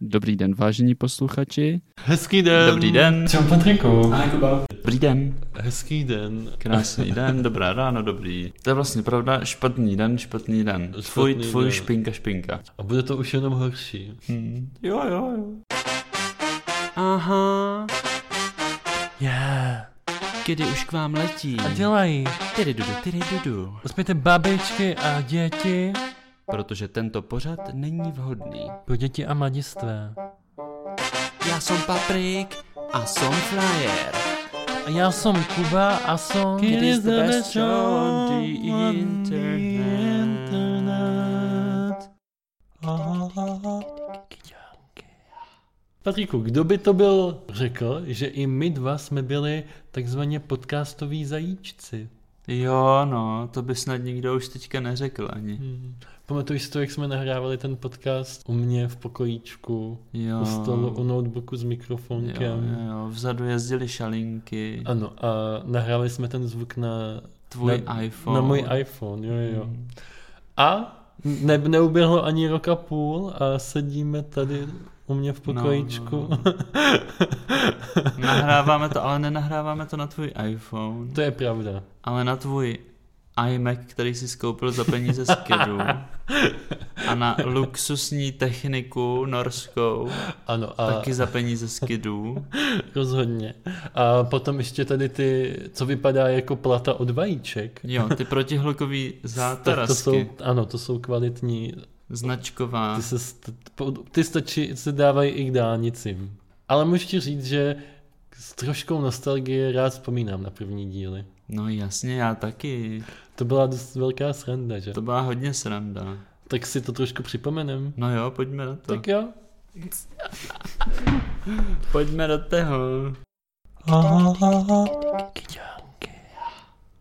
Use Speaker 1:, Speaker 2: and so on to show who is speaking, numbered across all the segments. Speaker 1: Dobrý den, vážení posluchači.
Speaker 2: Hezký den.
Speaker 3: Dobrý den.
Speaker 4: Čau Patriku.
Speaker 3: A
Speaker 5: jako
Speaker 3: Kuba. Dobrý den.
Speaker 2: Hezký den.
Speaker 3: Krásný den, dobré ráno, dobrý. To je vlastně pravda, špatný den, špatný den. Tvůj,
Speaker 2: Špatný
Speaker 3: tvůj
Speaker 2: den.
Speaker 3: špinka, špinka.
Speaker 2: A bude to už jenom horší.
Speaker 3: Jo, jo, jo.
Speaker 5: Aha,
Speaker 4: Yeah.
Speaker 5: kdy už k vám letí.
Speaker 4: A dělají.
Speaker 5: Tyry dudu, tyry dudu.
Speaker 4: Uspějte babičky a děti.
Speaker 5: Protože tento pořad není vhodný.
Speaker 4: Pro děti a mladistvé.
Speaker 5: Já jsem Paprik a jsem Flyer.
Speaker 4: A já jsem Kuba a jsem...
Speaker 5: It is the best show on the internet.
Speaker 2: Patriku, kdo by to byl řekl, že i my dva jsme byli takzvaně podcastoví zajíčci?
Speaker 3: Jo, no, to by snad nikdo už teďka neřekl ani.
Speaker 5: Hmm.
Speaker 2: Pamatuješ si to, jak jsme nahrávali ten podcast u mě v pokojíčku,
Speaker 3: Jo.
Speaker 2: u stolu, u notebooku s
Speaker 3: jo, No. jo,
Speaker 2: mikrofonkem?
Speaker 3: jo, vzadu jezdili šalinky.
Speaker 2: Ano, a nahrávali jsme ten zvuk na,
Speaker 3: Tvůj
Speaker 2: na,
Speaker 3: iPhone. Hmm.
Speaker 2: na můj iPhone, jo, jo, jo. A ne, neuběhlo ani rok a půl a sedíme tady u mě v pokojíčku.
Speaker 3: No, Nahráváme to, ale nenahráváme to na tvůj iPhone,
Speaker 2: To je pravda.
Speaker 3: ale na tvůj iMac, který jsi skoupil za peníze z Kidu. A na luxusní techniku norskou,
Speaker 2: Ano,
Speaker 3: a...
Speaker 2: a
Speaker 3: taky za peníze z Kidu.
Speaker 2: rozhodně. A potom ještě tady ty, co vypadá jako plata od vajíček.
Speaker 3: Jo, ty protihlukový
Speaker 2: Tak to jsou,
Speaker 3: zátarasky,
Speaker 2: ano, to jsou kvalitní.
Speaker 3: značková.
Speaker 2: Ty, se, st- po- ty stačí, se dávají i k dálnicím. Ale můžu ti říct, že s troškou nostalgie rád vzpomínám na první díly.
Speaker 3: No jasně, já taky.
Speaker 2: To byla dost velká sranda, že?
Speaker 3: To byla hodně sranda.
Speaker 2: Tak si to trošku připomenem.
Speaker 3: No jo, pojďme do toho.
Speaker 2: Tak jo.
Speaker 3: Pojďme do toho.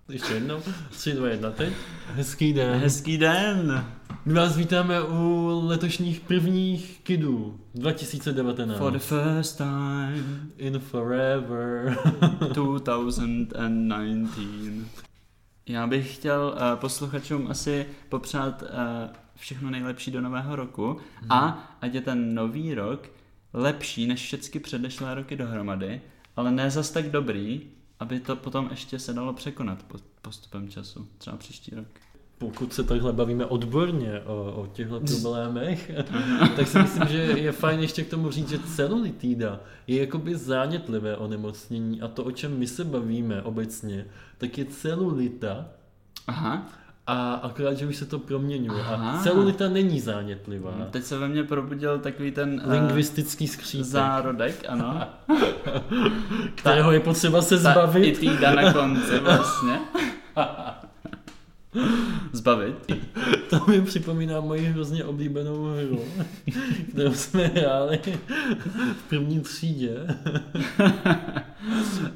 Speaker 2: Ještě jednou. 3, 2, 1, teď. Hezký den.
Speaker 3: Hezký den.
Speaker 2: My vás vítáme u letošních prvních kidů 2019.
Speaker 3: For the first time,
Speaker 2: In forever.
Speaker 3: 2019. Já bych chtěl uh, posluchačům asi popřát uh, všechno nejlepší do nového roku hmm. a ať je ten nový rok lepší než všechny předešlé roky dohromady, ale ne zas tak dobrý, aby to potom ještě se dalo překonat po- postupem času, třeba příští rok.
Speaker 2: Pokud se takhle bavíme odborně o, o těchto problémech, tak si myslím, že je fajn ještě k tomu říct, že celulitída je jakoby zánětlivé onemocnění a to, o čem my se bavíme obecně, tak je celulita
Speaker 3: Aha,
Speaker 2: a akorát, že už se to proměňuje. A
Speaker 3: Aha.
Speaker 2: celulita není zánětlivá.
Speaker 3: teď se ve mně probudil takový ten eh,
Speaker 2: Lingvistický skřítek,
Speaker 3: zárodek, ano.
Speaker 2: kterého je potřeba se
Speaker 3: Ta I
Speaker 2: zbavit.
Speaker 3: týda na konci vlastně. Zbavit.
Speaker 2: To mi připomíná moji hrozně oblíbenou hru, kterou jsme hráli v první třídě. Eh,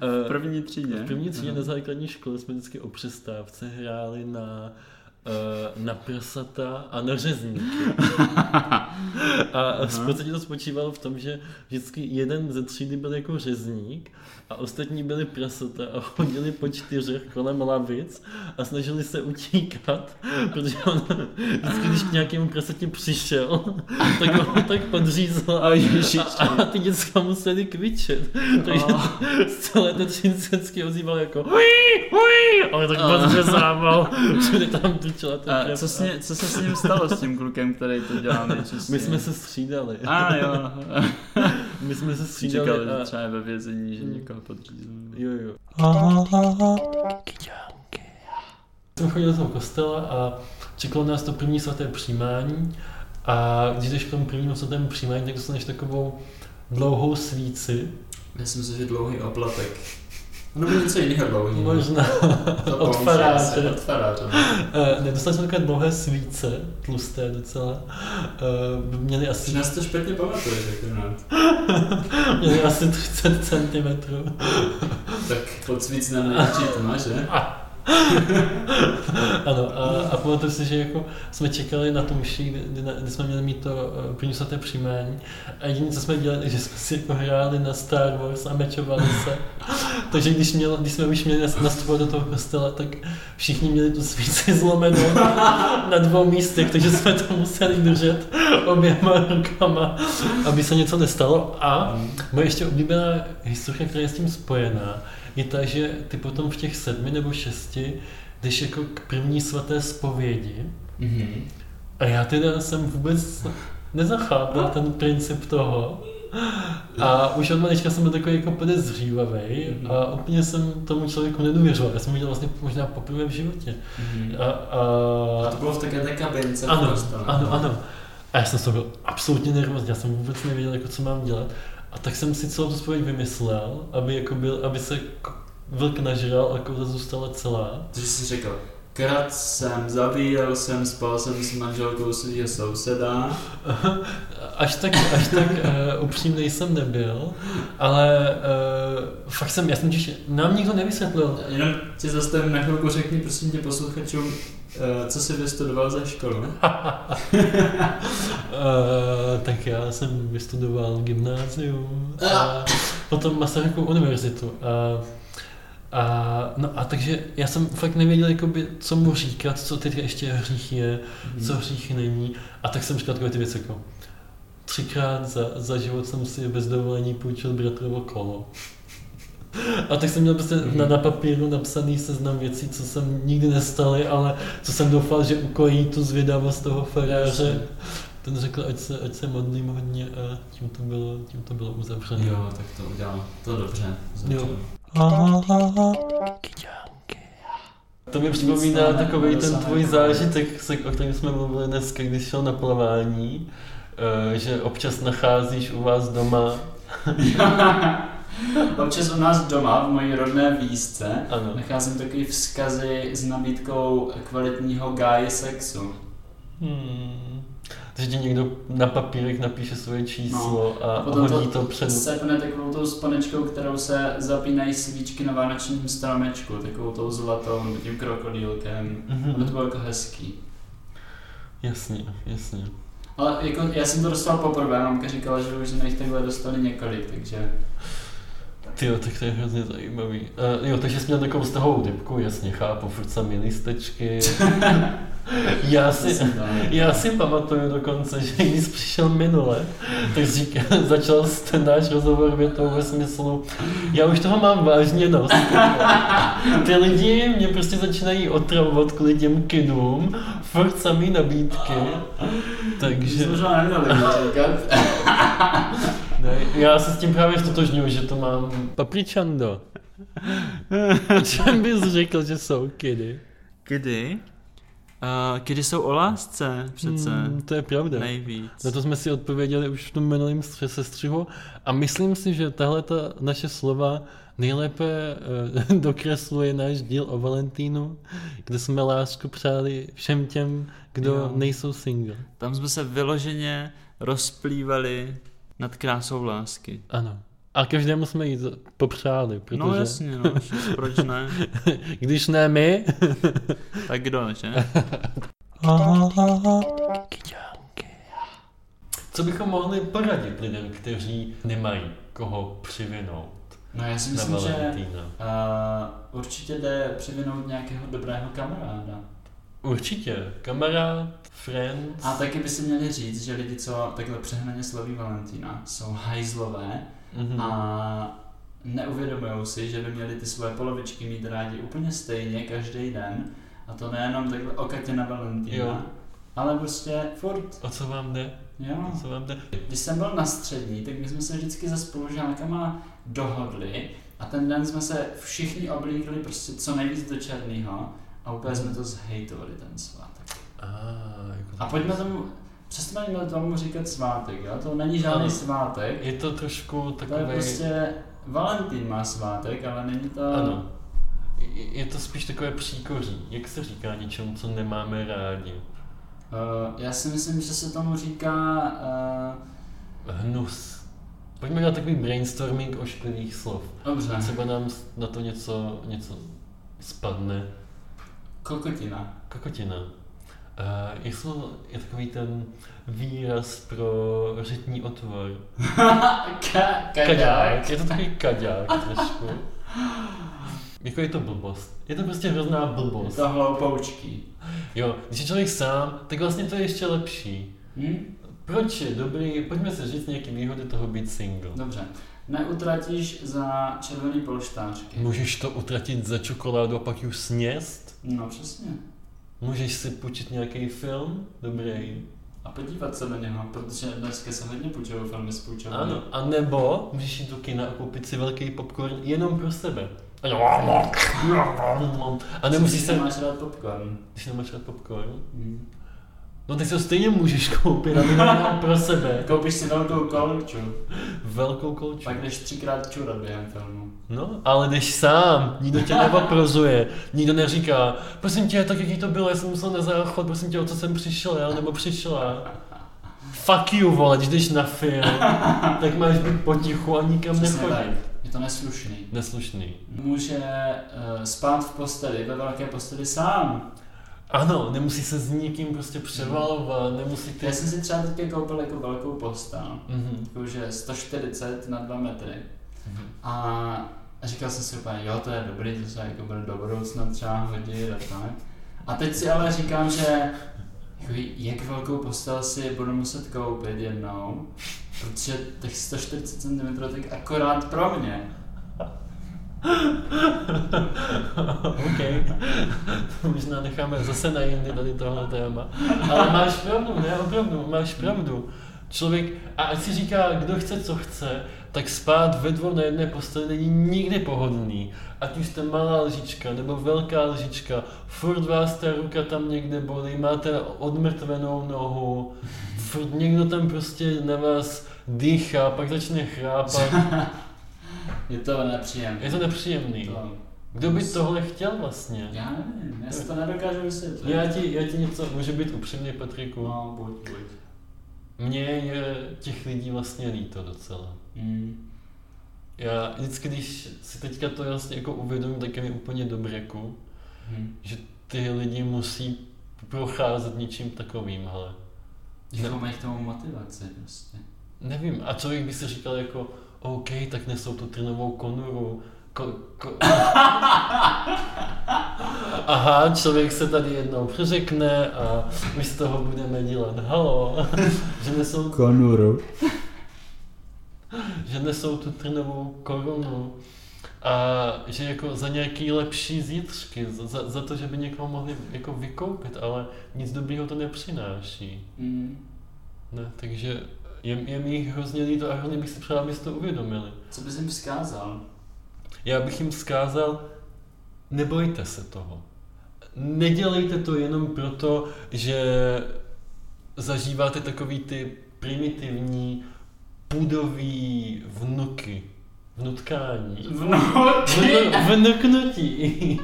Speaker 3: V první třídě.
Speaker 2: V první třídě na základní škole jsme vždycky o přestávce hráli na, eh, na prsata a na řezníky. A v podstatě to spočívalo v tom, že vždycky jeden ze třídy byl jako řezník a ostatní byli prasata a chodili po čtyřech kolem lavic a snažili se utíkat, protože on vždycky, když k nějakému prasatě přišel, tak ho tak podřízl a, a, a ty děcka museli kvičet. Takže z celé té třincensky ozýval jako hui, hui, ale tak podřezával, všude tam tučela ta
Speaker 3: A
Speaker 2: krev
Speaker 3: co, s ně, co se s ním stalo, s tím klukem, který to dělá nejčastěji?
Speaker 2: My jsme se střídali.
Speaker 3: A jo.
Speaker 2: My jsme se střídali.
Speaker 3: Čekali, že
Speaker 2: A...
Speaker 3: třeba je ve vězení,
Speaker 2: mm.
Speaker 3: že někoho podříznou.
Speaker 2: Jo, jo. Jsem chodil do toho kostela a čekalo nás to první svaté přijímání. A když jdeš k tomu prvnímu svatému přijímání, tak dostaneš takovou dlouhou svíci.
Speaker 3: Já jsem si, že dlouhý oplatek. No byl něco jiného dlouhý.
Speaker 2: Možná od faráře.
Speaker 3: faráře.
Speaker 6: no.
Speaker 2: Eh, Ne, dostali jsme takové dlouhé svíce, tlusté docela. Eh, Měly asi
Speaker 3: nás to špatně pamatuješ,
Speaker 6: jako, no.
Speaker 3: akorát.
Speaker 2: Měli asi 30 cm.
Speaker 3: Tak podsvíc na nejčí to máš, že?
Speaker 2: Ano, a, a pamatuju si, že jako jsme čekali na tu mši, kdy, kdy, na- kdy jsme měli mít to eh, první svaté přijímání. A jediné, co jsme dělali, že jsme si jako hráli na Star Wars a mečovali se. Takže když, měl, když jsme už měli nas- nastupovat do toho kostela, tak všichni měli tu svíci zlomenou na dvou místech, takže jsme to museli držet oběma rukama, aby se něco nestalo. A moje ještě oblíbená historie, která je s tím spojená, je ta, že ty potom v těch sedmi nebo šesti jdeš jako k první svaté zpovědi. Mhm. A já teda jsem vůbec nezachápal ten princip toho. A už od malička jsem byl takový jako podezřívavý a úplně jsem tomu člověku nedůvěřoval. Já jsem ho viděl vlastně možná poprvé v životě. A, a,
Speaker 6: Mhm. To bylo v takové té kabince.
Speaker 2: ano,
Speaker 6: prostě, no.
Speaker 2: ano, ano. A já jsem z toho byl absolutně nervózní, já jsem vůbec nevěděl, jako, co mám dělat. A tak jsem si celou tu spověď vymyslel, aby, jako byl, aby se k- vlk nažral a kouza zůstala celá.
Speaker 6: Takže jsi řekl, krad jsem, zabíjel jsem, spal jsem s manželkou svého souseda.
Speaker 2: Až tak, až tak uh, upřímnej jsem nebyl, ale uh, fakt jsem, já jsem těž, nám nikdo nevysvětlil.
Speaker 6: Jenom ti zastavím na chvilku, řekni prosím tě posluchačům, eh, co jsi vystudoval za školu.
Speaker 2: Uh, tak já jsem vystudoval gymnázium a potom Masarykovu univerzitu. A, a, no a takže já jsem fakt nevěděl, jakoby, co mu říkat, co teď ještě hřích je, co hřích není. A tak jsem říkal takové ty věci jako třikrát za, za život jsem si bez dovolení půjčil bratrovo kolo. A tak jsem měl prostě na, na papíru napsaný seznam věcí, co jsem nikdy nestaly, ale co jsem doufal, že ukojí tu zvědavost toho Ferráře. Ten řekl, ať se, ať se modlím hodně a tím to bylo, tím to bylo uzavřeno.
Speaker 6: Jo, tak to udělal. To dobře.
Speaker 2: Jo.
Speaker 4: Kyťánky.
Speaker 2: To mi připomíná
Speaker 6: no,
Speaker 2: takový ten tvůj zážitek, se- o kterém jsme mluvili dneska, když šel na plavání, eh, že občas nacházíš u vás doma,
Speaker 6: Občas u nás doma, v mojí rodné výzce,
Speaker 2: ano,
Speaker 6: nacházím takový vzkazy s nabídkou kvalitního gáje sexu.
Speaker 2: hmm. že ti někdo na papírek napíše svoje číslo no.
Speaker 6: A
Speaker 2: a
Speaker 6: potom
Speaker 2: hodí
Speaker 6: to,
Speaker 2: to před...
Speaker 6: sepne takovou tou spanečkou, kterou se zapínají svíčky na vánočním stromečku, takovou tou zlatou nebo tím krokodýlkem. Aby to
Speaker 2: Mhm.
Speaker 6: bylo jako hezký.
Speaker 2: Jasně, jasně.
Speaker 6: Ale jako, já jsem to dostal poprvé, mamka říkala, že už jsme jich takhle dostali několik, takže...
Speaker 2: Ty jo, tak to je hrozně zajímavý. Uh, jo, takže jsi měl takovou vztahovou dybku, jasně, chápu, furt sami listečky. já
Speaker 6: to
Speaker 2: si,
Speaker 6: jsem dal.
Speaker 2: já si pamatuju dokonce, že když jsi přišel minule, tak jsi říkal, začal jsi ten náš rozhovor větou ve smyslu, já už toho mám vážně dost. Ty lidi mě prostě začínají otravovat kvůli těm kidům, furt samý nabídky.
Speaker 6: Že
Speaker 2: Takže...
Speaker 6: jsem možná neměl jak to říkat.
Speaker 2: Ne, já se s tím právě stotožňuji, že to mám... Papričando. O čem bys řekl, že jsou kidy?
Speaker 7: Kdy? Uh, kdy jsou o lásce přece.
Speaker 2: Hmm, to je pravda.
Speaker 7: Nejvíc.
Speaker 2: Na to jsme si odpověděli už v tom minulém stře- sestřihu a myslím si, že tahle ta naše slova nejlépe eh, dokresluje náš díl o Valentínu, kde jsme lásku přáli všem těm, kdo
Speaker 7: Jo.
Speaker 2: nejsou single.
Speaker 7: Tam jsme se vyloženě rozplývali nad krásou lásky.
Speaker 2: Ano. A každému jsme ji z- popřáli, protože
Speaker 7: No jasně, no, že- proč ne?
Speaker 2: když ne my,
Speaker 7: Tak kdo, že?
Speaker 4: Kyťánky.
Speaker 2: Co bychom mohli poradit lidem, kteří nemají koho přivinout
Speaker 6: No já si
Speaker 2: na
Speaker 6: myslím, že
Speaker 2: Valentína?
Speaker 6: Uh, určitě jde přivinout nějakého dobrého kamaráda.
Speaker 2: Určitě. Kamarád, friend.
Speaker 6: A taky by si měli říct, že lidi, co takhle přehnaně slaví Valentína, jsou hajzlové
Speaker 2: Mhm.
Speaker 6: a neuvědomují si, že by měli ty svoje polovičky mít rádi úplně stejně každý den. A to nejenom takhle okatě na Valentína,
Speaker 2: Jo.
Speaker 6: ale prostě furt.
Speaker 2: O co vám jde?
Speaker 6: Jo.
Speaker 2: O co vám jde?
Speaker 6: Když jsem byl na střední, tak my jsme se vždycky se spolužákama dohodli a ten den jsme se všichni oblíkli prostě co nejvíc do černého a úplně jsme to zhejtovali ten svátek.
Speaker 2: A, jako
Speaker 6: A pojďme tomu, přestaňme tomu říkat svátek, jo? to není žádný
Speaker 2: Ano.
Speaker 6: svátek,
Speaker 2: Je to trošku
Speaker 6: to je
Speaker 2: takové...
Speaker 6: prostě Valentín má svátek, ale není to...
Speaker 2: Ano. Je- Je to spíš takové příkoří. Jak se říká něčemu, co nemáme rádi?
Speaker 6: Uh, já si myslím, že se tomu říká eh,
Speaker 2: Hnus. Pojďme na takový brainstorming ošklivých slov.
Speaker 6: uh, dobře,
Speaker 2: Třeba nám na to něco, něco spadne.
Speaker 6: kokotina.
Speaker 2: Kokotina. Uh, jak jsou, je takový ten výraz pro řitní otvor.
Speaker 6: Ka- kadák.
Speaker 2: Je to takový kaďák trošku. Jako je to blbost. Je to prostě hrozná
Speaker 6: Je
Speaker 2: blbost.
Speaker 6: to hloupoučky.
Speaker 2: Jo, když je člověk sám, tak vlastně to je ještě lepší.
Speaker 6: Hm?
Speaker 2: Proč je dobrý, pojďme se říct nějaký výhody toho být single.
Speaker 6: Dobře. Neutratíš za červený polštářky.
Speaker 2: Můžeš to utratit za čokoládu a pak ji sněst?
Speaker 6: No přesně.
Speaker 2: Můžeš si půjčit nějaký film? Dobrý.
Speaker 6: A podívat se na něho, protože dneska se hodně půjčují filmy s půjčovnou.
Speaker 2: Ano. A nebo můžeš jít do kina a koupit si velký popcorn jenom pro sebe. A nemusíš se...
Speaker 6: Máš rád popcorn.
Speaker 2: Když nemáš rád popcorn?
Speaker 6: Hmm.
Speaker 2: No tak si ho stejně můžeš koupit, ale jenom pro sebe.
Speaker 6: Koupíš si velkou kolču,
Speaker 2: Velkou kolču.
Speaker 6: pak jdeš třikrát čurat během filmu.
Speaker 2: No, ale jdeš sám, nikdo tě neoprozuje, nikdo neříká, prosím tě, tak jaký to bylo, já jsem musel na záchod, prosím tě, o co jsem přišel, já, nebo přišla. Fuck you, vole, když jdeš na film, tak máš být potichu a nikam
Speaker 6: Přesně tak.
Speaker 2: nechodit.
Speaker 6: Je to neslušný.
Speaker 2: Neslušný.
Speaker 6: Může eh, spát v posteli, ve velké posteli sám.
Speaker 2: Ano, nemusí se s nikým prostě převalovat, nemusí ty...
Speaker 6: Já jsem si třeba teďka koupil jako velkou postel.
Speaker 2: Mhm.
Speaker 6: jakože 140 na 2 metry. A a říkal jsem si úplně, jo, to je dobrý, to se jako bude do budoucna třeba hodit a tak. A teď si ale říkám, že jako jak velkou postel si budu muset koupit jednou, protože těch 140 cm tak akorát pro mě.
Speaker 2: OK, to možná necháme zase na jindy tady tohle téma. Ale máš pravdu, ne, opravdu, máš pravdu. Člověk, a ať si říká, kdo chce, co chce, tak spát ve dvou na jedné posteli není nikdy pohodlný. Ať už jste malá lžička nebo velká lžička, furt vás ta ruka tam někde bolí, máte odmrtvenou nohu, furt někdo tam prostě na vás dýchá, pak začne chrápat.
Speaker 6: Je to nepříjemné.
Speaker 2: Je to nepříjemný.
Speaker 6: To-
Speaker 2: Kdo by tohle chtěl vlastně?
Speaker 6: Já nevím, já si to nedokážu vysvětlit.
Speaker 2: Já ti, já ti něco, může být upřímně, Patriku.
Speaker 6: No, buď, buď.
Speaker 2: Mně je těch lidí vlastně líto docela.
Speaker 6: Mm.
Speaker 2: Já vždycky, když si teďka to vlastně jako uvědomím, tak je mi úplně do breku,
Speaker 6: Hm.
Speaker 2: že ty lidi musí procházet něčím takovým, ale
Speaker 6: Jako mají k tomu motivaci prostě.
Speaker 2: nevím. A člověk by si říkal jako, OK, tak nesou tu trnovou konuru. Ko, ko... Aha, člověk se tady jednou přeřekne a my z toho budeme dělat halo, že nesou
Speaker 3: Konuru.
Speaker 2: že nesou tu trnovou korunu a že jako za nějaký lepší zítřky, za- za, za to, že by někoho mohli jako vykoupit, ale nic dobrýho to nepřináší.
Speaker 6: Mm.
Speaker 2: Ne, takže je, je mi jich hrozně líto a hrozně bych si přál, aby si to uvědomili.
Speaker 6: Co bys jim vzkázal?
Speaker 2: Já bych jim vzkázal, nebojte se toho. Nedělejte to jenom proto, že zažíváte takový ty primitivní půdový vnuky, vnutkání.
Speaker 6: Vnuky!
Speaker 2: Vnuknutí.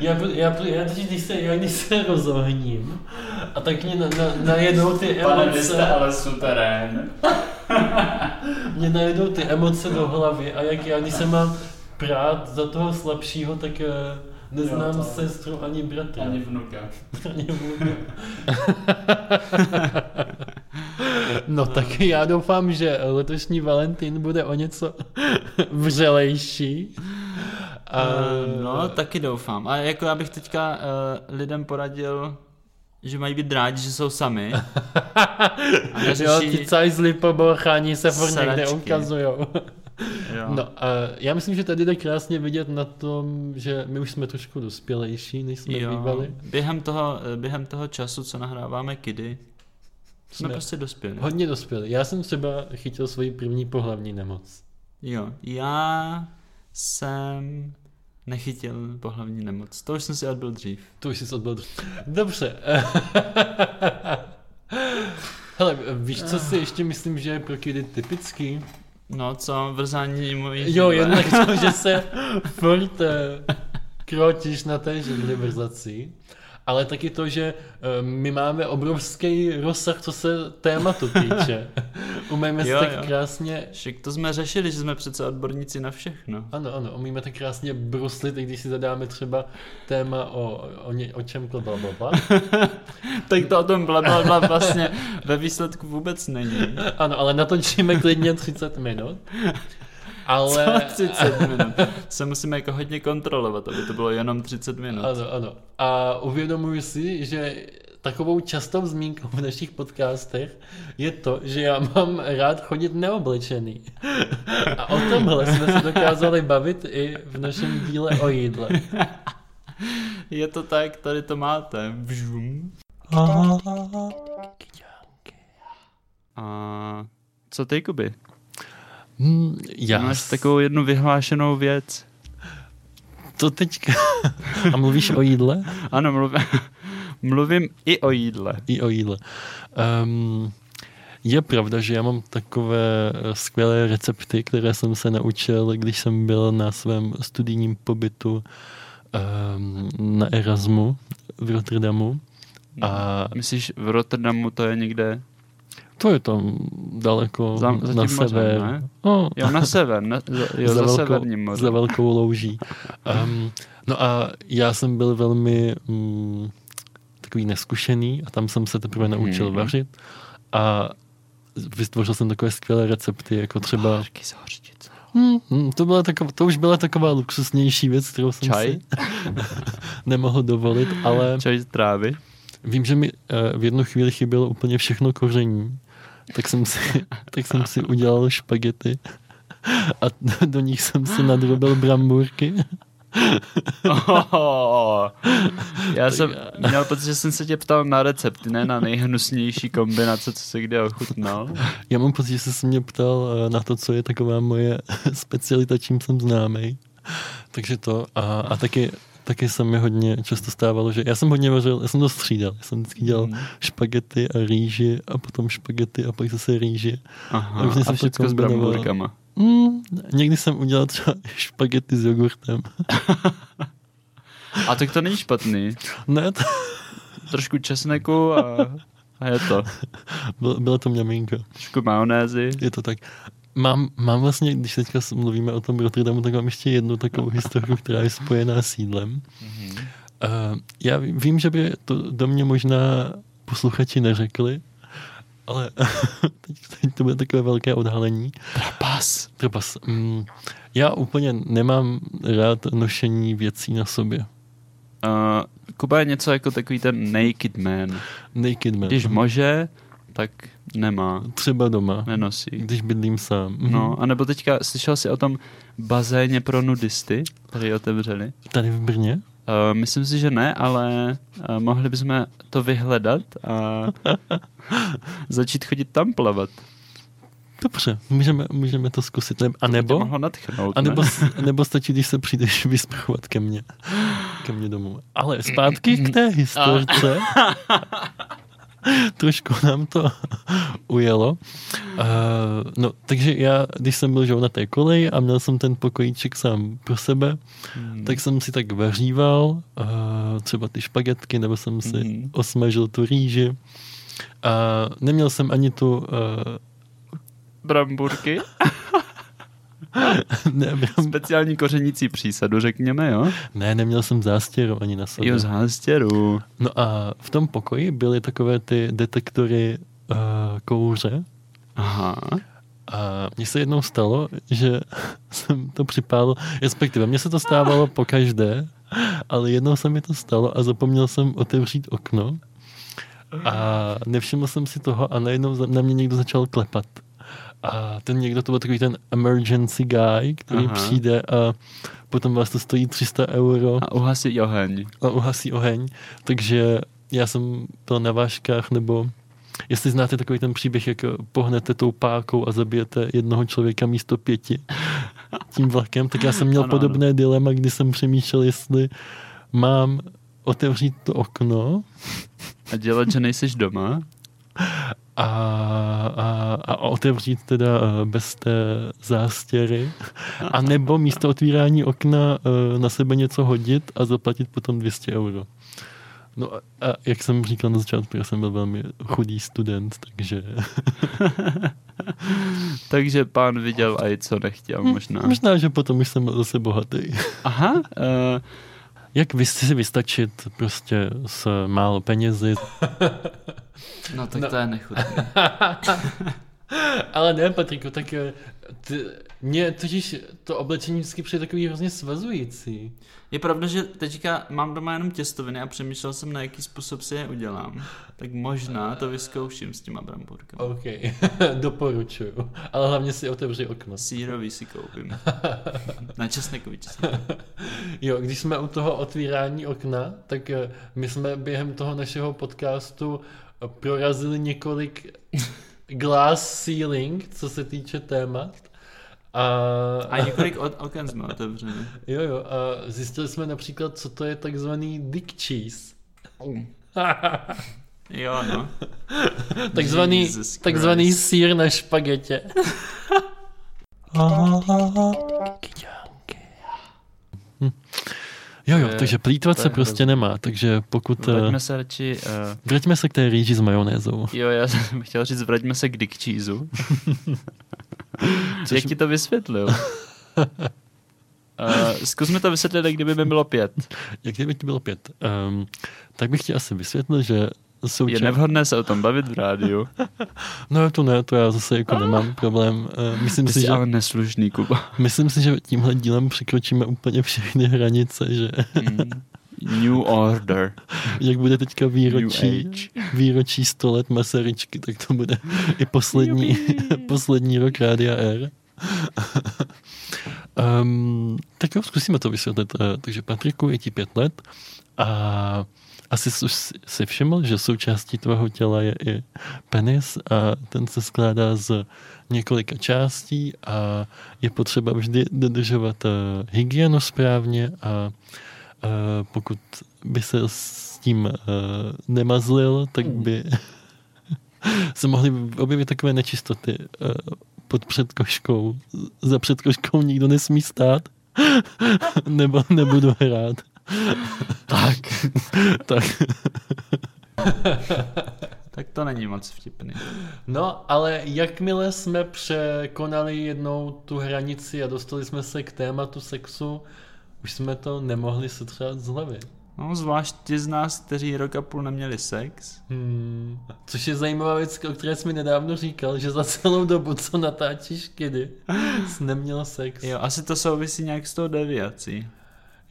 Speaker 2: Já, bu- já, bu- já, totiž, když se, já když se rozohním a tak mě na, na, najednou ty
Speaker 6: Pane, vy jste
Speaker 2: emoce,
Speaker 6: ale suterén.
Speaker 2: mě najednou ty emoce do hlavy a jak já, když se mám prát za toho slabšího, tak eh,
Speaker 6: Jo,
Speaker 2: neznám
Speaker 6: to-
Speaker 2: sestru ani bratra.
Speaker 6: Ani vnuka.
Speaker 2: ani vnuka.
Speaker 8: No tak já doufám, že letošní Valentín bude o něco vřelejší. A,
Speaker 3: No, taky doufám. A jako já bych teďka eh, lidem poradil, že mají být rádi, že jsou sami. A
Speaker 8: jo, ti
Speaker 3: neřeší...
Speaker 8: cajzli poborchání se furt někde
Speaker 3: Sračky.
Speaker 8: ukazujou.
Speaker 3: Jo.
Speaker 8: No a já myslím, že tady jde krásně vidět na tom, že my už jsme trošku dospělejší, než jsme
Speaker 3: Jo.
Speaker 8: bývali.
Speaker 3: Během, toho, eh, během toho času, co nahráváme Kidy, jsme
Speaker 8: Jsme-
Speaker 3: prostě dospěli.
Speaker 8: Hodně dospělí. Já jsem třeba chytil svoji první pohlavní nemoc.
Speaker 3: Jo, já jsem nechytil pohlavní nemoc. To už jsem si odbil dřív.
Speaker 8: To už jsi odbyl. Dobře. Hele, víš, co si ještě myslím, že je pro kidy typický?
Speaker 3: No co, vrzání mojí
Speaker 8: Jo,
Speaker 3: židle.
Speaker 8: jednak to, že se furt eh, krotíš na té židli brzací, ale taky to, že eh, my máme obrovský rozsah, co se tématu týče. Umíme se
Speaker 3: Jo,
Speaker 8: tak
Speaker 3: jo.
Speaker 8: krásně
Speaker 3: Však to jsme řešili, že jsme přece odborníci na všechno.
Speaker 8: ano, ano, umíme tak krásně bruslit, i když si zadáme třeba téma o, o, ně, o čem to bla, bla, bla.
Speaker 3: Tak to o tom bla, bla, bla vlastně ve výsledku vůbec není.
Speaker 8: Ano, ale natočíme klidně 30 minut. Ale...
Speaker 3: Ale... 30 minut. Se musíme jako hodně kontrolovat, aby to bylo jenom 30 minut.
Speaker 8: Ano, ano. A uvědomuji si, že
Speaker 2: takovou častou zmínkou v našich podcastech je to, že já mám rád chodit neoblečený. A o tomhle jsme se dokázali bavit i v našem díle o jídle.
Speaker 6: Je to tak, tady to máte. Vžum. A co ty, Kuby?
Speaker 2: Hmm,
Speaker 6: Máš
Speaker 2: jas.
Speaker 6: takovou jednu vyhlášenou věc.
Speaker 2: To teďka. A mluvíš o jídle?
Speaker 6: Ano, mluvím, mluvím i o jídle.
Speaker 2: i o jídle. Um, je pravda, že já mám takové eh, skvělé recepty, které jsem se naučil, když jsem byl na svém studijním pobytu um, na Erasmu v Rotterdamu. A
Speaker 6: Myslíš, v Rotterdamu to je někde
Speaker 2: to je tam daleko
Speaker 6: za, za
Speaker 2: na
Speaker 6: tím
Speaker 2: sever.
Speaker 6: mořem, ne?
Speaker 2: No,
Speaker 6: Jo, na sever, na, za, jo, za, severním mořem.
Speaker 2: za velkou louží. Um, no a já jsem byl velmi um, takový neskušený a tam jsem se teprve naučil
Speaker 6: Mhm.
Speaker 2: vařit a vytvořil jsem takové skvělé recepty, jako třeba...
Speaker 6: Horky s hořčicou.
Speaker 2: Hmm, hmm, to, byla taková, to už byla taková luxusnější věc, kterou jsem
Speaker 6: Čaj?
Speaker 2: si nemohl dovolit, ale
Speaker 6: Čaj z trávy.
Speaker 2: vím, že mi eh, v jednu chvíli chybělo úplně všechno koření, tak jsem si, tak jsem si udělal špagety a do nich jsem si nadrobil bramburky.
Speaker 6: Oh, já jsem měl pocit, že jsem se tě ptal na recepty, ne na nejhnusnější kombinace, co se kde ochutnal.
Speaker 2: Já mám pocit, že jsi se mě ptal eh, na to, co je taková moje specialita, čím jsem známý. Takže to a, a taky, taky se mi hodně často stávalo, že já jsem hodně vařil, já jsem to střídal. Já jsem vždycky dělal špagety a rýži a potom špagety a pak zase rýži.
Speaker 6: Aha,
Speaker 2: Různě
Speaker 6: a
Speaker 2: jsem to
Speaker 6: všechno s
Speaker 2: kombinoval.
Speaker 6: bramburkama.
Speaker 2: Mm, někdy jsem udělal třeba špagety s jogurtem.
Speaker 6: A tak to není špatný.
Speaker 2: ne, to
Speaker 6: Trošku česneku a, a je to.
Speaker 2: bylo, bylo to mňaminko.
Speaker 6: Trošku majonézy.
Speaker 2: Je to tak. Mám, mám vlastně, když teďka s- mluvíme o tom Rotterdamu, tak mám ještě jednu takovou historii, která je spojená s jídlem.
Speaker 6: Mhm.
Speaker 2: Uh, já ví- vím, že by to do mě možná posluchači neřekli, ale teď, teď to bude takové velké odhalení.
Speaker 6: Pas.
Speaker 2: Trpas, mm, já úplně nemám rád nošení věcí na sobě.
Speaker 6: Uh, Kuba je něco jako takový ten naked man.
Speaker 2: Naked man.
Speaker 6: Když může, tak nemá,
Speaker 2: Třeba doma,
Speaker 6: nenosí.
Speaker 2: když bydlím sám. Mhm.
Speaker 6: No, anebo teďka slyšel jsi o tom bazéně pro nudisty, který otevřeli?
Speaker 2: Tady v Brně?
Speaker 6: Uh, myslím si, že ne, ale uh, mohli bychom to vyhledat a začít chodit tam plavat.
Speaker 2: Dobře, můžeme, můžeme to zkusit. Ne- A
Speaker 6: To
Speaker 2: nebo?
Speaker 6: mohlo nadchnout,
Speaker 2: A nebo,
Speaker 6: ne?
Speaker 2: s- nebo stačí, když se přijdeš vysprchovat ke mně. Ke mně domů. Ale zpátky k té historce. Trošku nám to ujelo. Uh, no, takže já, když jsem byl že jo, na té koleji a měl jsem ten pokojíček sám pro sebe,
Speaker 6: Hmm.
Speaker 2: tak jsem si tak vaříval uh, třeba ty špagetky, nebo jsem si
Speaker 6: Mhm.
Speaker 2: osmažil tu rýži. A neměl jsem ani tu uh,
Speaker 6: Bramburky,
Speaker 2: ne,
Speaker 6: speciální kořenící přísadu, řekněme, jo?
Speaker 2: ne, neměl jsem zástěru ani na sobě.
Speaker 6: Jo, z hástěru.
Speaker 2: No a v tom pokoji byly takové ty detektory uh, kouře
Speaker 6: Aha.
Speaker 2: a mně se jednou stalo, že jsem to připálil, respektive mně se to stávalo po každé, ale jednou se mi to stalo a zapomněl jsem otevřít okno a nevšiml jsem si toho a najednou za- na mě někdo začal klepat. A ten někdo, to byl takový ten emergency guy, který
Speaker 6: Aha.
Speaker 2: Aha. přijde a potom vás to stojí 300 euro
Speaker 6: A uhasit oheň.
Speaker 2: a uhasí oheň. Takže já jsem byl na váškách, nebo jestli znáte takový ten příběh, jak pohnete tou pákou a zabijete jednoho člověka místo pěti tím vlakem, tak já jsem měl
Speaker 6: Ano,
Speaker 2: ano, podobné ano. dilema, kdy jsem přemýšlel, jestli mám otevřít to okno
Speaker 6: A dělat, že nejseš doma.
Speaker 2: a, a, a otevřít teda eh, bez té zástěry, a nebo místo otvírání okna eh, na sebe něco hodit a zaplatit potom 200 euro. No a, a jak jsem říkal na začátku, já jsem byl velmi chudý student, takže
Speaker 6: Takže pán viděl a i co nechtěl možná.
Speaker 2: možná, že potom už jsem byl zase bohatý.
Speaker 6: Aha,
Speaker 2: e,
Speaker 6: uh,
Speaker 2: Jak vy si vystačit prostě s málo penězi?
Speaker 9: No tak to je nechutné.
Speaker 2: Ale ne, Patriku, tak eh, ty, mě totiž to oblečení vždycky přijde takový hrozně svazující.
Speaker 6: Je pravda, že teďka mám doma jenom těstoviny a přemýšlel jsem, na jaký způsob si je udělám. Tak možná to vyzkouším s těma bramborkama.
Speaker 2: OK, doporučuju. Ale hlavně si otevři okno.
Speaker 6: Sírový si koupím. Na česnekový česnek.
Speaker 2: Jo, když jsme u toho otvírání okna, tak eh, my jsme během toho našeho podcastu eh, prorazili několik glass ceiling, co se týče témat. A,
Speaker 6: A několik od oken jsme otevřeli.
Speaker 2: jo, jo, a zjistili jsme například, co to je takzvaný dick cheese.
Speaker 6: Jo, no.
Speaker 2: Takzvaný,
Speaker 6: Jesus
Speaker 2: takzvaný
Speaker 6: Christ.
Speaker 2: sír na špagetě. Hm. Jo, jo,
Speaker 6: To je-
Speaker 2: takže plítvat
Speaker 6: to
Speaker 2: se
Speaker 6: je
Speaker 2: prostě nemá, takže pokud... eh,
Speaker 6: Vraťme se radši... Uh,
Speaker 2: Vraťme se k té rýži s majonézou.
Speaker 6: jo, já jsem chtěl říct, vraťme se k Dick Cheeseu. Jak ti to vysvětlil? Uh, zkusme to vysvětlit, jak kdyby mi bylo pět.
Speaker 2: Jak kdyby ti bylo pět, um, tak bych ti asi vysvětlil, že jsou
Speaker 6: Je
Speaker 2: ča-
Speaker 6: nevhodné se o tom bavit v rádiu.
Speaker 2: No to ne, to já zase jako nemám problém. Eh, myslím,
Speaker 6: Ty
Speaker 2: si,
Speaker 6: jsi
Speaker 2: že,
Speaker 6: ale neslušný, Kuba.
Speaker 2: myslím si, že tímhle dílem překročíme úplně všechny hranice, že
Speaker 6: Hmm. New Order.
Speaker 2: jak bude teďka výročí,
Speaker 6: New age.
Speaker 2: výročí 100 let Masaryčky, tak to bude i poslední, poslední rok Rádia R. um, tak jo, zkusíme to vysvětlit. Eh, Takže Patriku, je ti pět let a asi jsi už si všiml, že součástí tvého těla je i penis a ten se skládá z několika částí a je potřeba vždy dodržovat eh, hygienu správně a eh, pokud by se s tím eh, nemazlil, tak by se mohly objevit takové nečistoty eh, pod předkoškou. Za předkoškou nikdo nesmí stát, nebo nebudu hrát. Tak. tak.
Speaker 6: Tak to není moc vtipný.
Speaker 2: No, ale jakmile jsme překonali jednou tu hranici a dostali jsme se k tématu sexu, už jsme to nemohli setřát z hlavy.
Speaker 6: No, zvlášť ti z nás, kteří rok a půl neměli sex.
Speaker 2: Hmm. Což je zajímavá věc, o které jsi mi nedávno říkal, že za celou dobu, co natáčíš kedy, jsi neměl sex.
Speaker 6: Jo, asi to souvisí nějak s tou deviací.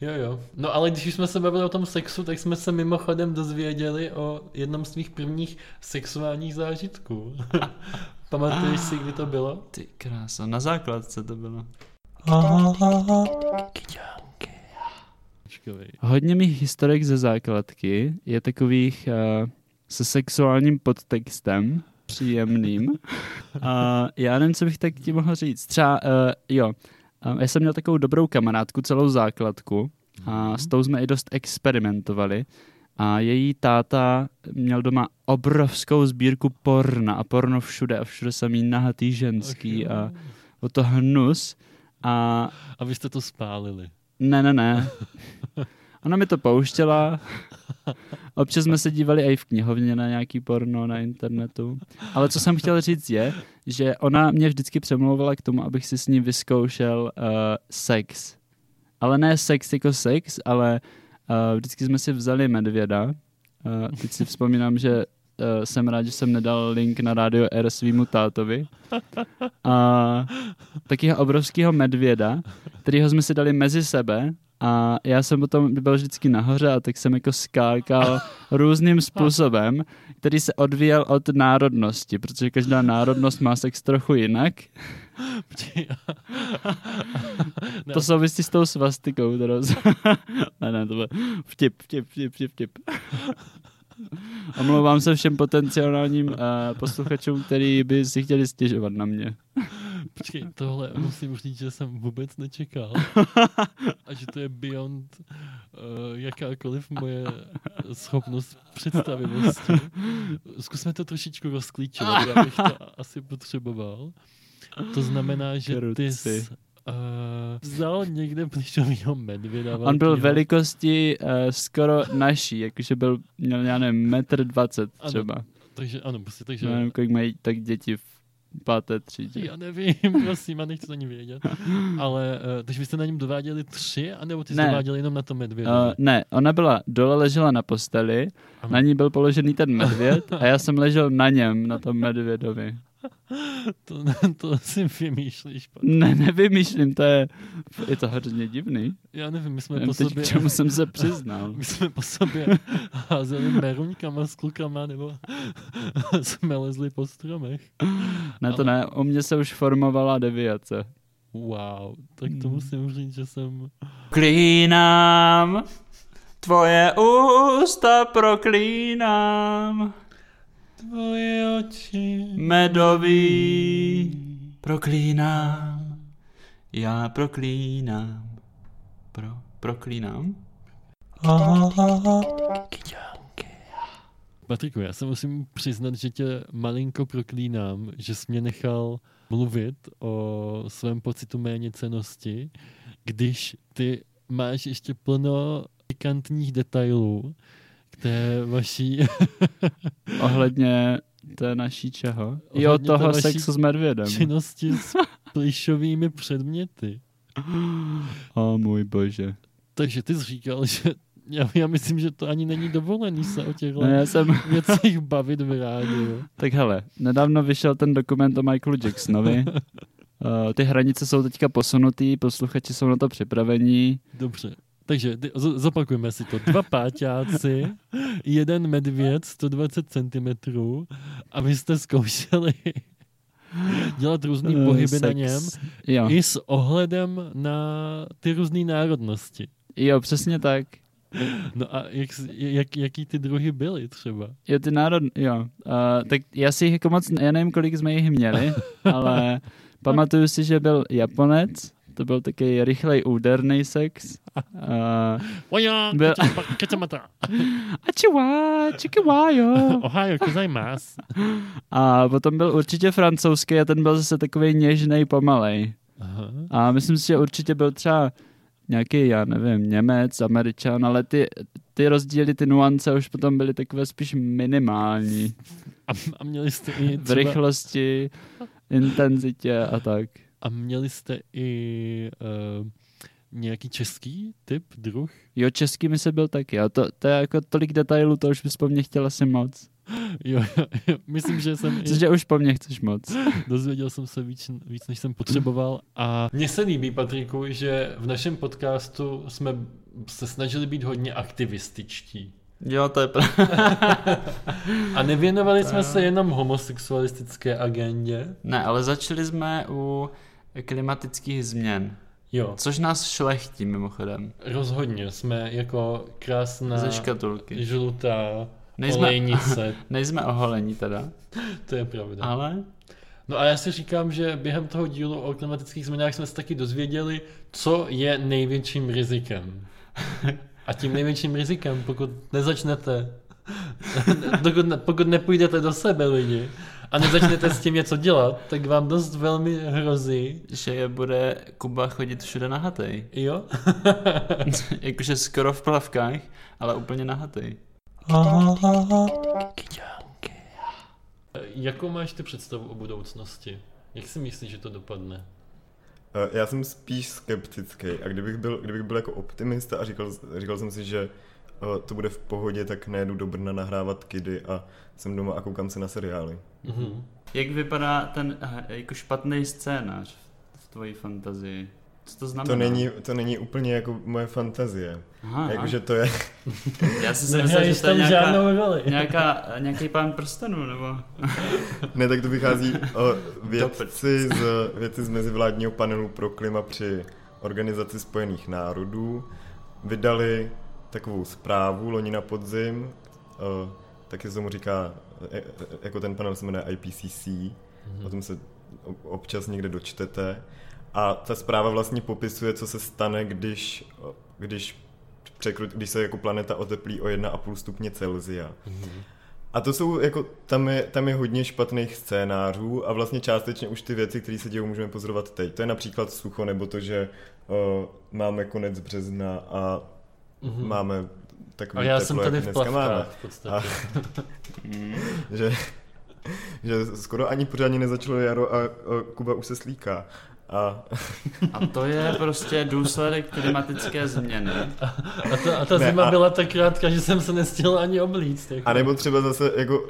Speaker 2: jo, jo. No ale když už jsme se bavili o tom sexu, tak jsme se mimochodem dozvěděli o jednom z tvých prvních sexuálních zážitků. Pamatuješ si, kdy to bylo?
Speaker 6: Ty krása, na základce to bylo.
Speaker 2: Počkej.
Speaker 6: Hodně mých historik ze základky je takových uh, se sexuálním podtextem příjemným. A já nevím, co bych tak ti mohl říct. Třeba, uh, jo, uh, já jsem měl takovou dobrou kamarádku, celou základku a s tou jsme i dost experimentovali. A její táta měl doma obrovskou sbírku porna a porno všude a všude samý nahatý ženský
Speaker 2: Ach
Speaker 6: a o to hnus. A
Speaker 2: A vy jste to spálili.
Speaker 6: ne, ne, ne. Ona mi to pouštěla. Občas jsme se dívali i v knihovně na nějaký porno na internetu. Ale co jsem chtěl říct je, že ona mě vždycky přemlouvala k tomu, abych si s ní vyzkoušel uh, sex. Ale ne sex jako sex, ale uh, vždycky jsme si vzali medvěda. Uh, teď si vzpomínám, že uh, jsem rád, že jsem nedal link na Radio R svýmu tátovi. A takého obrovského medvěda, kterýho jsme si dali mezi sebe a já jsem potom byl vždycky nahoře a tak jsem jako skákal různým způsobem, který se odvíjel od národnosti, protože každá národnost má sex trochu jinak. To souvisí s tou svastikou, kterou jsem... ne, ne, to byl vtip, vtip, vtip, vtip, vtip. Omlouvám se všem potenciálním uh, posluchačům, který by si chtěli stěžovat na mě.
Speaker 2: Počkej, tohle musím říct, že jsem vůbec nečekal. A že to je beyond uh, jakákoliv moje schopnost představivosti. Zkusme to trošičku rozklíčovat, já bych to asi potřeboval. To znamená, že ty jsi
Speaker 6: Kruci.
Speaker 2: uh, vzal někde plišovýho medvěda.
Speaker 6: On byl
Speaker 2: velkýho.
Speaker 6: velikosti uh, skoro naší, jakože byl, měl, já nevím, metr dvacet
Speaker 2: Ano,
Speaker 6: třeba.
Speaker 2: Takže ano, prostě takže...
Speaker 6: Já nevím, kolik mají tak děti v páté třídě.
Speaker 2: Já nevím, prosím, a nechci to ani vědět. Ale, uh, takže vy jste na něm dováděli tři, anebo ty jste
Speaker 6: Ne.
Speaker 2: dováděli jenom na tom medvědu?
Speaker 6: Uh, ne, ona byla dole, ležela na posteli,
Speaker 2: Ano.
Speaker 6: na ní byl položený ten medvěd a já jsem ležel na něm, na tom medvědovi.
Speaker 2: To, to si vymýšlíš. Pak.
Speaker 6: Ne, nevymýšlím, to je, je to hodně divný.
Speaker 2: Já nevím, my jsme,
Speaker 6: Nevím
Speaker 2: po
Speaker 6: teď,
Speaker 2: sobě,
Speaker 6: k čemu jsem se přiznal.
Speaker 2: my jsme po sobě házeli meruňkama s klukama, nebo jsme lezli po stromech.
Speaker 6: Ne, to ne, o mě se už formovala deviace.
Speaker 2: Wow, tak to
Speaker 6: Hmm.
Speaker 2: musím říct, že jsem...
Speaker 6: Klínám, tvoje ústa proklínám,
Speaker 2: Tvoje oči...
Speaker 6: medový, proklínám, já proklínám, pro, proklínám.
Speaker 2: Patriku, já se musím přiznat, že tě malinko proklínám, že jsi mě nechal mluvit o svém pocitu méněcenosti, když ty máš ještě plno pikantních detailů k té vaší...
Speaker 6: Ohledně té naší čeho? Jo,
Speaker 2: Ohledně té
Speaker 6: toho
Speaker 2: naší
Speaker 6: sexu s medvědem.
Speaker 2: činnosti s plišovými předměty.
Speaker 6: O můj bože.
Speaker 2: Takže ty jsi říkal, že já, já myslím, že to ani není dovolený se o těchto
Speaker 6: No, já jsem...
Speaker 2: věcech bavit v rádiu.
Speaker 6: Tak hele, nedávno vyšel ten dokument o Michaelu Jacksonovi. Eh, Ty hranice jsou teďka posunutý, posluchači jsou na to připravení.
Speaker 2: Dobře. Takže ty- z- zopakujeme si to. Dva páťáci, jeden medvěd 120 cm a vy jste zkoušeli dělat různé
Speaker 6: Eh,
Speaker 2: pohyby na
Speaker 6: sex.
Speaker 2: něm
Speaker 6: Jo,
Speaker 2: i s ohledem na ty různé národnosti.
Speaker 6: jo přesně tak.
Speaker 2: No a jak, s- jak, jaký ty druhy byly třeba?
Speaker 6: Jo, ty národ, jo. Uh, tak já si jich jako moc, já nevím, kolik jsme jich měli, ale pamatuju si, že byl Japonec, to byl taky rychlej úderný sex. Uh,
Speaker 2: Ojo,
Speaker 6: Byl-
Speaker 2: kača- kačamata.
Speaker 6: ačiwa, čikiwa, jo.
Speaker 2: Ohio, kazajmas.
Speaker 6: A potom byl určitě francouzský a ten byl zase takový něžnej, pomalej.
Speaker 2: Aha.
Speaker 6: A myslím si, že určitě byl třeba nějaký, já nevím, Němec, Američan, ale ty, ty rozdíly, ty nuance už potom byly takové spíš minimální.
Speaker 2: A, a měli jste i
Speaker 6: V
Speaker 2: třeba,
Speaker 6: rychlosti, intenzitě a tak.
Speaker 2: a měli jste i uh, nějaký český typ, druh?
Speaker 6: Jo, český mi se byl taky. A to, to je jako tolik detailů, to už bys po mně chtěl asi moc.
Speaker 2: Jo, jo, jo, myslím, že jsem i
Speaker 6: Cože už po mně chceš moc.
Speaker 2: dozvěděl jsem se víc, víc, než jsem potřeboval. A mně se líbí, Patriku, že v našem podcastu jsme se snažili být hodně aktivističtí.
Speaker 6: Jo, to je pravda.
Speaker 2: A nevěnovali jsme se jenom homosexualistické agendě.
Speaker 6: Ne, ale začali jsme u klimatických změn.
Speaker 2: Jo,
Speaker 6: Což nás šlechtí mimochodem.
Speaker 2: rozhodně jsme jako krásná
Speaker 6: škatulky.
Speaker 2: žlutá
Speaker 6: Nejsme-
Speaker 2: olejnice,
Speaker 6: Nejsme oholení teda,
Speaker 2: to je pravda.
Speaker 6: ale
Speaker 2: No a já si říkám, že během toho dílu o klimatických změnách jsme se taky dozvěděli, co je největším rizikem. A tím největším rizikem, pokud nezačnete, dokud ne, pokud nepůjdete do sebe lidi a nezačnete s tím něco dělat, tak vám dost velmi hrozí,
Speaker 6: že je bude Kuba chodit všude nahatej.
Speaker 2: jo?
Speaker 6: Jakože skoro v plavkách, ale úplně nahatej.
Speaker 2: Jakou máš ty představu o budoucnosti? Jak si myslíš, že to dopadne?
Speaker 10: Eh, Já jsem spíš skeptický a kdybych byl, kdybych byl jako optimista a říkal, říkal jsem si, že eh, to bude v pohodě, tak nejedu do Brna nahrávat kidy a jsem doma a koukám se na seriály.
Speaker 2: Mhm.
Speaker 6: Jak vypadá ten eh, jako špatný scénář v- v tvojí fantazii? Co to znamená?
Speaker 10: To není, to není úplně jako moje fantazie.
Speaker 6: Aha,
Speaker 10: Jakože to je,
Speaker 6: já jsem si myslel,
Speaker 2: Nehraješ
Speaker 6: že to je
Speaker 2: tam
Speaker 6: nějaká,
Speaker 2: žádnou roli.
Speaker 6: nějaká, nějaký pán prstenů, nebo...
Speaker 10: ne, tak to vychází eh, vědci z, vědci z mezivládního panelu pro klima při Organizaci spojených národů vydali takovou zprávu loni na podzim, eh, taky se tomu říká, eh, eh, jako ten panel se jmenuje IPCC,
Speaker 2: Mhm.
Speaker 10: o tom se ob- občas někde dočtete. A ta zpráva vlastně popisuje, co se stane, když, eh, když, překrut, když se jako planeta oteplí o 1,5 stupně Celzia.
Speaker 2: Mhm.
Speaker 10: A to jsou jako, tam je, tam je hodně špatných scénářů a vlastně částečně už ty věci, které se dějou, můžeme pozorovat teď. To je například sucho, nebo to, že uh, máme konec března a mm-hmm. máme
Speaker 2: Mhm. A
Speaker 10: takový
Speaker 2: já
Speaker 10: teplo,
Speaker 2: jsem
Speaker 10: jak
Speaker 2: tady v
Speaker 10: dneska máme
Speaker 2: plavkách v podstatě.
Speaker 10: že, že skoro ani pořádně nezačalo jaro a, a Kuba už se slíká. A
Speaker 6: A to je prostě důsledek klimatické změny.
Speaker 2: A ta, a ta
Speaker 10: Ne,
Speaker 2: zima
Speaker 10: a-
Speaker 2: byla tak krátká, že jsem se nestihl ani oblíct. Jako.
Speaker 10: A nebo třeba zase jako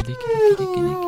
Speaker 3: Kdy, kdy, kdy, kdy, kdy.